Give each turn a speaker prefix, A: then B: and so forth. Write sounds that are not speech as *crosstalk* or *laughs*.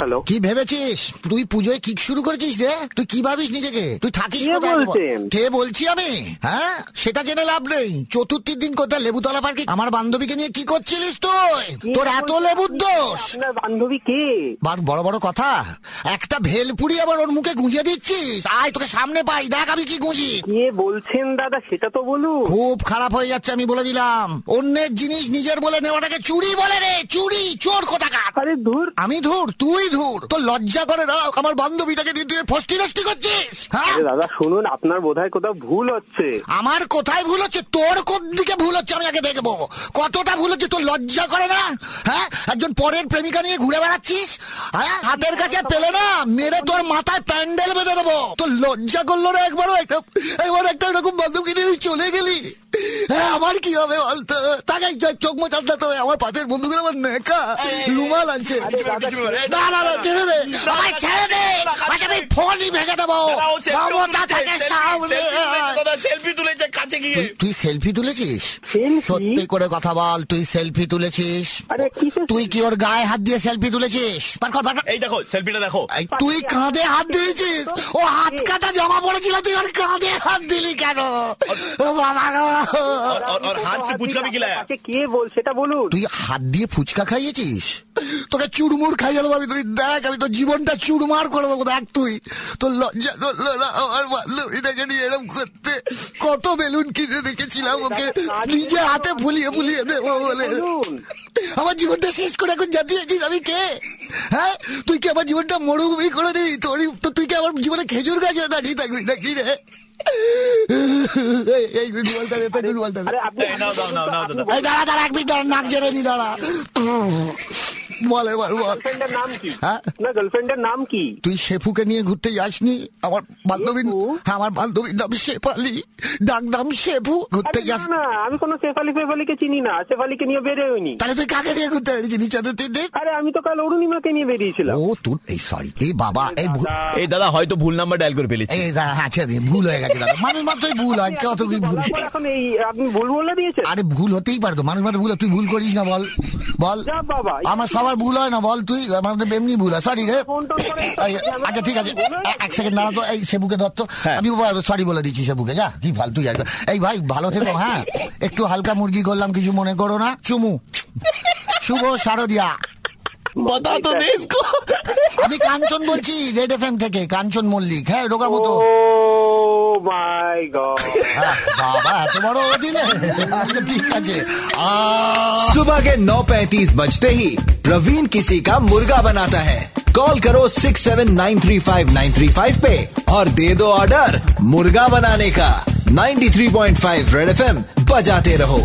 A: হলো
B: কি ভেবেছিস তুই পুজোয় কিক শুরু করেছিস রে তুই কি ভাবিস নিজেকে তুই থাকিস
A: কে
B: কোথায় একবার?
A: বলছেন?
B: কে বলছি আমি হ্যাঁ সেটা জেনে লাভ নেই চতুর্থীর দিন কোথায় লেবুতলা পার্কে আমার বান্ধবীকে নিয়ে কি করছিলিস তুই তোর এত লেবুর দোষ
A: আপনার বান্ধবী কে
B: বার বড় বড় কথা একটা ভেলপুরি আবার ওর মুখে গুঁজে দিচ্ছিস আয় তোকে সামনে পাই দেখ আমি কি গুঁজি
A: কে বলছেন দাদা সেটা তো বলুন
B: খুব খারাপ হয়ে যাচ্ছে আমি বলে দিলাম অন্যের জিনিস নিজের বলে নেওয়াটাকে চুরি বলে রে চুরি চোর কোথাকার
A: আরে দূর
B: আমি ধুর তুই ধুর তোর লজ্জা করে না আমার বান্ধবীটাকে নিয়ে তুই ফষ্টি নষ্টি করছিস হ্যাঁ
A: আরে দাদা শুনুন আপনার বোধহয় কোথাও ভুল হচ্ছে
B: আমার কোথায় ভুল হচ্ছে তোর কোন দিকে ভুল হচ্ছে আমি আগে দেখবো কতটা ভুল হচ্ছে তোর লজ্জা করে না হ্যাঁ একজন পরের প্রেমিকা নিয়ে ঘুরে বেড়াচ্ছিস হ্যাঁ হাতের কাছে পেলে না মেরে তোর মাথায় প্যান্ডেল বেঁধে দেবো তোর লজ্জা করলো না একবারও একটা একবার একটা এরকম বান্ধবকে নিয়ে তুই চলে গেলি হ্যাঁ আমার কি হবে বলতো তাকে একবার চোখ মোচাল তো আমার পাশের বন্ধুগুলো আমার নেকা রুমাল আনছে না না না ছেড়ে দে আমায় ছেড়ে দে আজ আমি ফোনই ভেঙে দেবো ক্ষমতা থাকে সামনে
C: সেলফি তুলেছে কাছে *laughs* গিয়ে
B: তুই- তুই সেলফি তুলেছিস
A: Selfie?
B: সত্যি করে কথা বল তুই সেলফি তুলেছিস
A: আরে কি
B: তুই কি ওর গায়ে হাত দিয়ে সেলফি তুলেছিস পার কর, পার কর।
C: এই দেখো সেলফিটা দেখো
B: এই, তুই কাঁধে হাত দিয়েছিস ও হাত কাটা জমা পড়েছিল তুই ওর কাঁধে হাত দিলি কেন ও বাবা গো।
C: और- और- और हाथ से पूछना भी खिलाया।
A: কে বল সেটা বলুন
B: তুই হাত দিয়ে ফুচকা খাইয়েছিস তোকে চুরমুর খাই গেল আমি তুই দেখ আমি তোর জীবনটা চুরমার করে দেবো দেখ তুই তোর লজ্জা ধরলো না আমার বান্ধবীটাকে নিয়ে এরম করতে কত বেলুন কিনে রেখেছিলাম ওকে নিজে হাতে ফুলিয়ে ফুলিয়ে দেবো বলে
A: বলুন।
B: আমার জীবনটা শেষ করে এখন জাতিয়েছিস আমি কে হ্যাঁ তুই কি আমার জীবনটা মরুভূমি করে দিবি তোর তো তুই কি আমার জীবনে খেজুর গাছ হয়ে দাঁড়িয়ে থাকবি নাকি রে এই- এই গুড বলটা রে গুড বলটা
A: আরে আপনি
C: এই নাও, দাও, নাও, নাও, দাদা।
B: এই দাঁড়া দাঁড়া এক মিনিট দাঁড়া নাক জেনে নি দাঁড়া বল এবার বল
A: গার্লফ্রেন্ডের নাম কি
B: হ্যাঁ?
A: না গার্লফ্রেন্ডের নাম কি
B: তুই শেফুকে নিয়ে ঘুরতে যাসনি আমার বান্ধবী
A: শেফু?
B: হ্যাঁ, আমার বান্ধবীর নাম শেফালি ডাক নাম শেফু ঘুরতে
A: আরে
B: যাস
A: না, না আমি কোনো শেফালি ফেফালিকে চিনি না শেফালিকে নিয়ে বেরোয়নি
B: তাহলে তুই কাকে নিয়ে ঘুরতে বেরিয়েছিলি চতুর্থীর দিন
A: আরে আমি তো কাল অরুণিমাকে নিয়ে বেরিয়েছিলাম
B: ও তোর এই সরি এই বাবা এই ভুল
C: এই দাদা হয়তো ভুল নাম্বার ডায়াল করে ফেলেছি
B: এই দাঁড়া হ্যাঁ ছেড়ে দিন, ভুল হয়ে গেছে দাদা মানুষ মাত্রই ভুল হয়
A: আরে,
B: কত
A: আপনি
B: কি
A: কি
B: ভুল
A: বলার পর এখন এই আপনি ভুল বলে দিয়েছেন
B: আরে ভুল হতেই পারতো মানুষ মানে ভুল হয়। তুই ভুল করিস না বল বল
A: যা বাবা,
B: আমার সবার ভুল হয় না বল তুই আমার তো এমনি ভুল হয় সরি রে
A: ফোন টোন করে
B: এই, আচ্ছা ঠিক আছে
A: বলুন।
B: এ- এক সেকেন্ড দাঁড়া তো এই সেবুকে দত্ত
C: হ্যাঁ।
B: আমি সরি বলে দিচ্ছি সেবুকে যা কি ফালতু আর এই ভাই ভালো থেকো হ্যাঁ একটু হালকা মুরগি করলাম কিছু মনে করো না চুমু শুভ শারদিয়া
C: বাতা তো দে ইসকো
B: আমি কাঞ্চন বলছি রেড এফ থেকে কাঞ্চন মল্লিক হ্যাঁ রোগাবতো
A: ও মাই গড
B: হ্যাঁ, বাবা এত বড় ও দিলে আচ্ছা ঠিক আছে আ
D: सुबह के 9:35 बजते ही प्रवीण किसी का मुर्गा बनाता है कॉल करो 6793593 पे और दे दो ऑर्डर मुर्गा बनाने का 93.5 रेड एफएम बजाते रहो